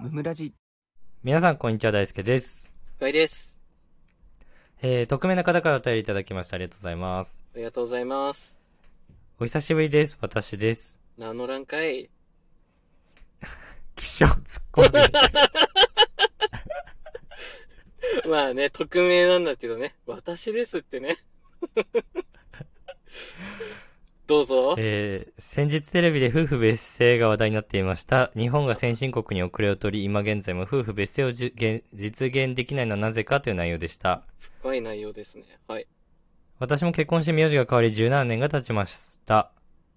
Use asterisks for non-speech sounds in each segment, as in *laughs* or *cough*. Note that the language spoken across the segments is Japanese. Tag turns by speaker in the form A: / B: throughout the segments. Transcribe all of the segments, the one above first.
A: ムムラジ
B: 皆さん、こんにちは。大輔です。
C: 深井です。
B: えー、匿名な方からお便りいただきました。ありがとうございます。
C: ありがとうございます。
B: お久しぶりです。私です。
C: 何の欄かい
B: 気象突っ込んでる。
C: まあね、匿名なんだけどね。私ですってね。どうぞ。
B: *laughs* えー、先日テレビで夫婦別姓が話題になっていました。日本が先進国に遅れを取り、今現在も夫婦別姓をじゅ現実現できないのはなぜかという内容でした。
C: 深い内容ですね。はい。
B: 私も結婚して名字が変わり17年が経ちました。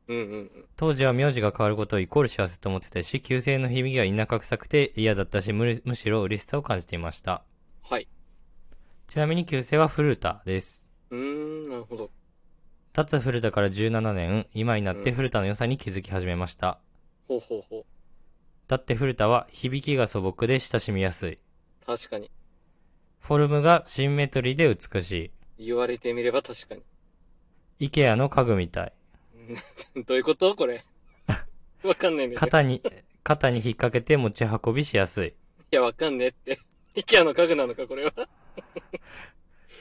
C: うんうんうん。
B: 当時は名字が変わることをイコール幸せと思ってたし、旧姓の響きが田舎臭くて嫌だったし、むりむしろ嬉しさを感じていました。
C: はい。
B: ちなみに旧姓は古田です。
C: うーん、なるほど。
B: 立つ古田から17年、今になって
C: うん
B: 古田の良さに気づき始めました。
C: ほうほうほ
B: だって古田は響きが素朴で親しみやすい。
C: う。確かに。
B: フォルムがシンメトリーで美し
C: 言われてみれば確かに。
B: い。イケアの家具みたい。
C: うん *laughs* どういうことこれ。わかんないんだけど。
B: 肩に、肩に引っ掛けて持ち運びしやすい。
C: いや、わかんねえって。 *laughs* イケアの家具なのか、これは。 *laughs*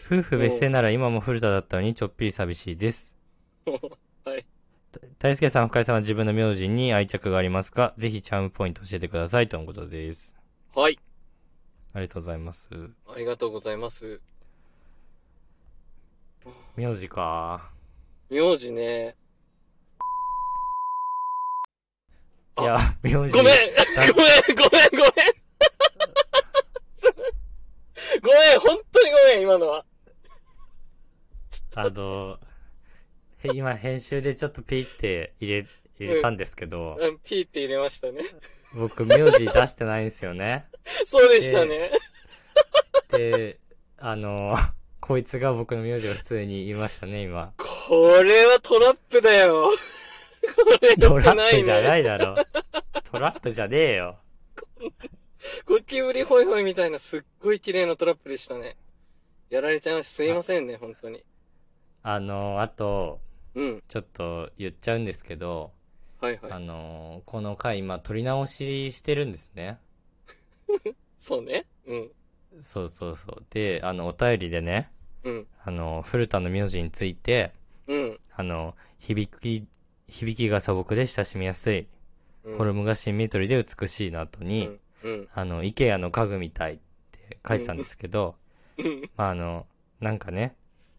B: 夫婦別姓なら今も古田だったのにちょっぴり寂しいです。
C: はい。
B: た大輔さん、深井さんは自分の名字に愛着がありますかぜひチャームポイント教えてくださいとのことです。
C: はい。
B: ありがとうございます。
C: ありがとうございます。
B: 名字か。
C: 名字ね。
B: い
C: あ
B: や、名字。
C: ごめんごめんごめんごめんごめん本当にごめん今のは。
B: あの、へ今編集でちょっとピーって入れ、入れたんですけど、
C: うん、ピーって入れましたね。
B: 僕名字出してないんですよね。
C: そうでしたね。
B: で、あの、こいつが僕の名字を普通に言いましたね、今。
C: これはトラップだよ。これ良
B: ト
C: く
B: ラ
C: な
B: ップ
C: い
B: じゃな
C: ね。
B: いだろ。トラップじゃねえよ。
C: ゴキブリホイホイみたいなすっごい綺麗なトラップでしたね。やられちゃいました。すいませんね、本当に。
B: あの、あと、
C: うん。
B: ちょっと言っちゃうんですけど、
C: はい
B: あ
C: はい。
B: の、この回今撮り直ししてるんですね。
C: そうね。うん。
B: そうそうそう。で、あの、お便りでね、
C: うん。
B: あの、古田の名字について、
C: うん。
B: あの、響き、響きが素朴で親しみやすい。
C: うん
B: フォルムがシンメトリーで美しいの後に、
C: うん。
B: あの、イケアの家具みたいって書いてたんですけど、
C: うん。
B: まあ、あの、なんかね、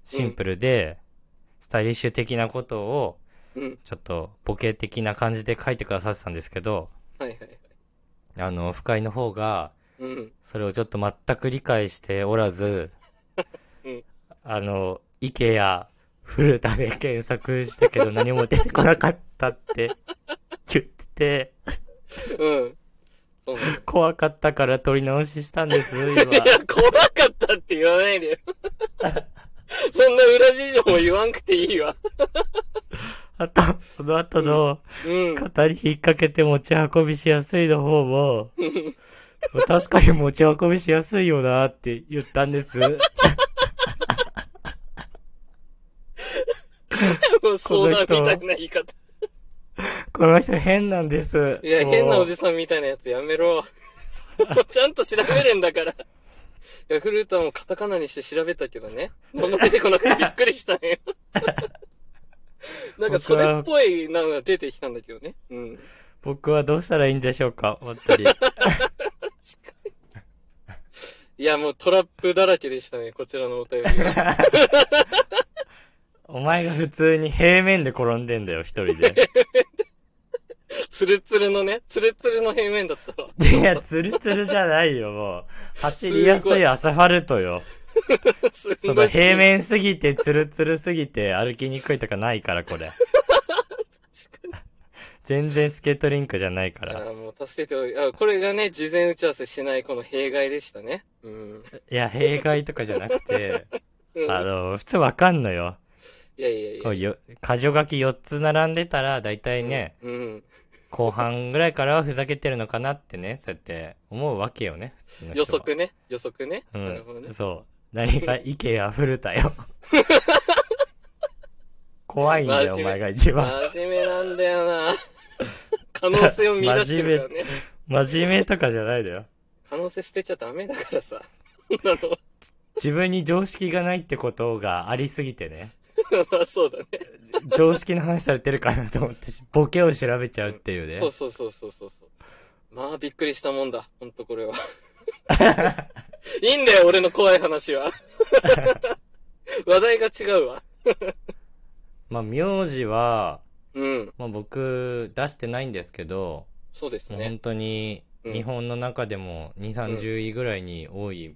B: シンプルで、スタイリッシュ的なことを、
C: うん。
B: ちょっとボケ的な感じで書いてくださってたんですけど、
C: はいはいはい。
B: あの、不快の方が、
C: うん。
B: それをちょっと全く理解しておらず、
C: うん
B: あの、イケや古田で検索したけど何も出てこなかったって言ってて、
C: うん。そうね。
B: 怖かったから撮り直ししたんです、今。
C: いや、怖かったって言わないでよ。そんな裏事情も言わんくていいわ。
B: あと、その後の、
C: うん。
B: 肩に引っ掛けて持ち運びしやすいの方も、確かに持ち運びしやすいよなって言ったん
C: *laughs*
B: です。
C: もう相談みたいな言い方。
B: この人変なんです。
C: いや、変なおじ
B: さ
C: さんみたいなやつやめろ。もうちゃんと調べるんだから。いや、フルータもカタカナにして調べたけどね。何も出てこなくてびっくりしたね。なんかそれっぽいのが出てきたんだけどね。うん。
B: 僕はどうしたらいいんでしょうか本当に。
C: いや、もうトラップだらけでしたね。こちらのお便りは。
B: お前が普通に平面で転んでんだよ、一人で。
C: *laughs* ツルツルのね、ツルツルの平面だったわ。
B: いや、ツルツルじゃないよ、もう。走りやすいアスファルトよ。
C: *laughs* すんごい
B: その平面すぎて、ツルツルすぎて、歩きにくいとかないから、こ
C: *laughs*
B: れ。全然スケートリンクじゃないか
C: あ
B: ら。
C: ーもう助けておいあ、これがね、事前打ち合わせしないこの弊害でしたね。うん。
B: いや、弊害とかじゃなくて、
C: うん
B: あの、普通わかんのよ。
C: いやいやいや。
B: こうよ、箇条書き4つ並んでたら、だいたいね、
C: うん。
B: 後半ぐらいからはふざけてるのかなってね、そうやって思うわけよね、普通の人
C: 予
B: は
C: 測ね。予測ね。
B: う
C: なるほどね
B: ん、。そう。何がイケア古田
C: *laughs*
B: よ。怖いんだよ、お
C: 真面目
B: 前が一番。 *laughs*
C: 真面目なんだよな。可能性を見出してるからね。
B: 真面目とかじゃないだよ。
C: 可能性捨てちゃダメだからさ。なの
B: 自分に常識がないってことがありすぎてね。
C: まあ *laughs* そうだね。
B: 常識の話されてるかなと思ってし、ボケを調べちゃうっていうね。
C: そうそうそうそうそうそう。まあ、びっくりしたもんだ。ほんとこれは。
B: *laughs*
C: いいんだよ、俺の怖い話は。 *laughs* 話題が違うわ。
B: まあ、名字は、
C: うん。
B: まあ僕、出してないんですけど、
C: そうです
B: もう本
C: ね。
B: 当に、
C: うん
B: 日本の中でも2、30位ぐらいに多い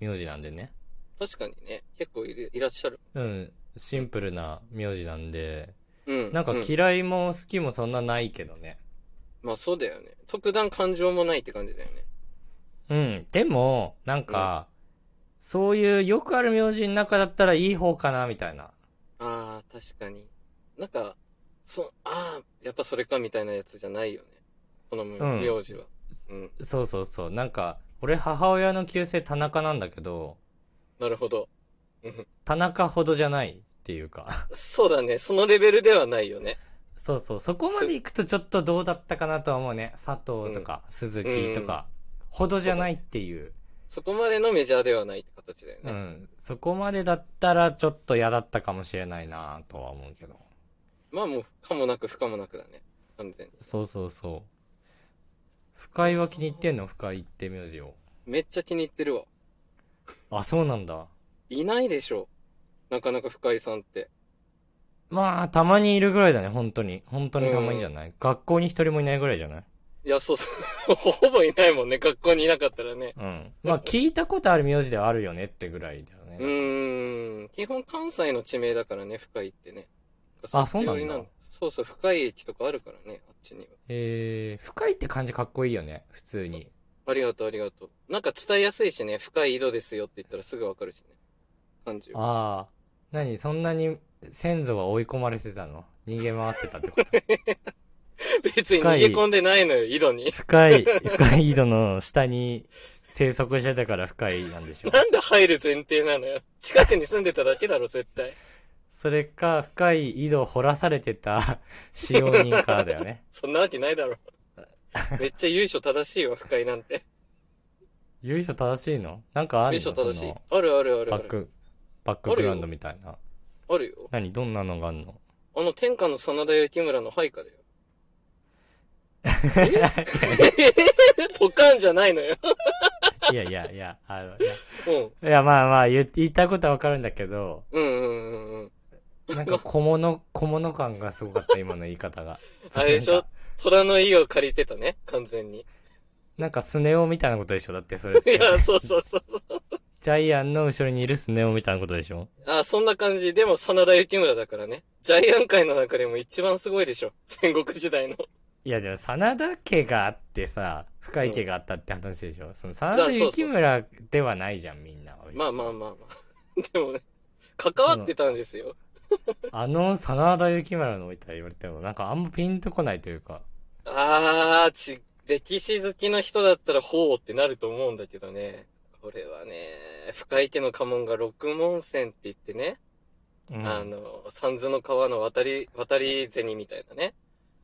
B: 名字なんでね。
C: 確かにね。結構いるいらっしゃる。
B: うん、シンプルな名字なんで、
C: うん。
B: なんか
C: うん
B: 嫌いも好きもそんなないけどね。
C: まあそうだよね。特段感情もないって感じだよね。
B: うん、でも、なんか、そういうよくある名字の中だったらいい方かな、みたいな。
C: ああ、確かに。なんか、そ、ああ、やっぱそれかみたいなやつじゃないよね。このむ
B: うん
C: 名字は。うん。
B: そうそうそう。なんか、俺母親の旧姓田中なんだけど、
C: なるほど。
B: 田中ほどじゃないっていうか。 *laughs*
C: そうだね。そのレベルではないよね。
B: そうそう。そこまで行くとちょっとどうだったかなとは思うね。佐藤とか、鈴木とか、ほどじゃないっていう。
C: そこまでのメジャーではないって形だよ
B: う
C: ね。
B: ん。そこまでだったらちょっと嫌だったかもしれないなとは思うけど。
C: まあもう、可もなく不可もなくだね。完全に。
B: そうそうそう。深井は気に入ってんの深井って名字を。
C: めっちゃ気に入ってるわ。
B: あ、そうなんだ。
C: いないでしょう。なかなか深井さんって。
B: まあ、たまにいるぐらいだね、本当に。本当にたまにじゃない、学校に一人もいないぐらいじゃない
C: いや、そうそう。 *laughs* ほぼいないもんね。学校にいなかったらね。
B: うん。まあ、聞いたことある名字ではあるよねってぐらいだよね。
C: うーん。基本関西の地名だからね、深井ってね。
B: あそうなんだ
C: そっち寄りのそうそう、深井駅とかあるからね、あっちには。
B: えー、深いって感じかっこいいよね、普通に。
C: ありがとう、ありがとう。なんか伝えやすいしね、深い井戸ですよって言ったらすぐわかるしね。感じ。
B: ああ。何そんなに先祖は追い込まれてたの逃げ回ってたって *laughs* こと
C: 別に逃げ込んでないのよ、井戸に。 *laughs*
B: 深い、深い井戸の下に生息してたから深いなんでしょう。
C: なんで入る前提なのよ。近くに住んでただけだろ、絶対。
B: それか、深い井戸を掘らされて
C: *laughs*
B: た使用人からだよね。
C: そんなわけない
B: *laughs*
C: だろ。めっちゃ優勝正しいわ、深井なんて。
B: 由緒正しいのなんかあ
C: 優
B: る
C: 勝
B: の
C: 正し
B: そ
C: い
B: の。
C: あるあるある
B: バ
C: あ
B: ッ
C: る。
B: ク、バックグラウンドみたいな。
C: あるよ。
B: 何どんなのがあんの
C: あの、天下の真田幸村の配下だよ。ポカンじゃないのよ。
B: いやいやいや、あの、いや
C: うん。
B: いや、まあまあ言っ、言いたいことはわかるんだけど、
C: うんうんうんうん。
B: なんか小
C: *laughs*
B: 物、小物感がすごかった、今の言い方が。
C: あれでしょ虎の家を借りてたね、完全に。
B: なんかスネ夫みたいなことでしょだってそれっ
C: い
B: て。
C: や、そうそうそうそう。
B: ジャイアンの後ろにいるスネ夫みたいなことでしょ
C: あ、そんな感じ。でも、真田幸村だからね。ジャイアン界の中でも一番すごいでしょ。戦国時代の。
B: いや、でも、真田家があってさ、深井家があったって話でしょその、真田幸村ではないじゃん、みんなは。
C: まあまあまあまあ。でもね、関わってたんですよ。
B: あの、真田幸村のみたい言われても、なんかあんまピンとこないというか。
C: あー、ち、歴史好きの人だったら、ほうってなると思うんだけどね。これはね、深井家の家紋が六門線って言ってね、
B: うん。
C: あの、三途の川の渡り、渡り銭みたいなね。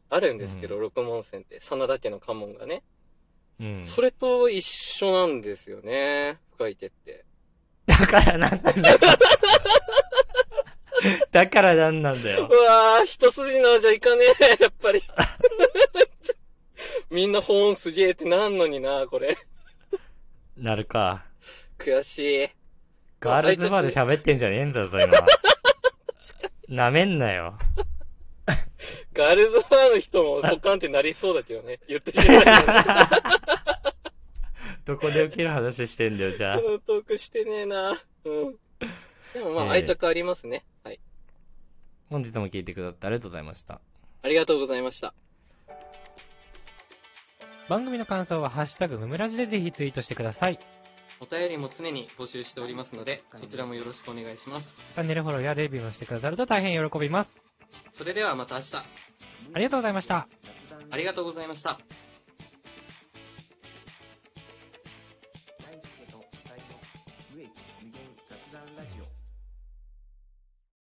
C: あるんですけど、六門線って、真田家の家紋がね。
B: うん。
C: それと一緒なんですよね、深井家って。
B: だからなんなんだよ。 *laughs* だからなんなんだよ
C: う。わー、一筋縄じゃいかねえ、 *laughs* やっ
B: *laughs*
C: ぱり。みんな保温すげえってなんのにな、これ。
B: なるか。
C: 悔しい。
B: ガールズバーで喋ってんじゃねえんだぞ、今。なめんなよ。
C: ガールズバーの人もポカンってなりそうだけど
B: *laughs*
C: ね。言ってしまいました。
B: どこで受ける話してんだよ、じゃあ
C: こ。のトークしてねえな。うん。でもま
B: え
C: あ
B: え
C: 愛着ありますね。はい。
B: 本日も聞いてくださってありがとうございました。
C: ありがとうございました。
B: 番組の感想は、ハッシュタグムムラジでぜひツイートしてください。チ
C: お便りも常に募集しておりますので、そちらもよろしくお願いします。
B: ャンネルフォローやレビューもしてくださると大変喜びます。
C: それではまた明日、
B: ありがとうございました。
C: ありがとうございました。
A: 大輔と二人の無益無限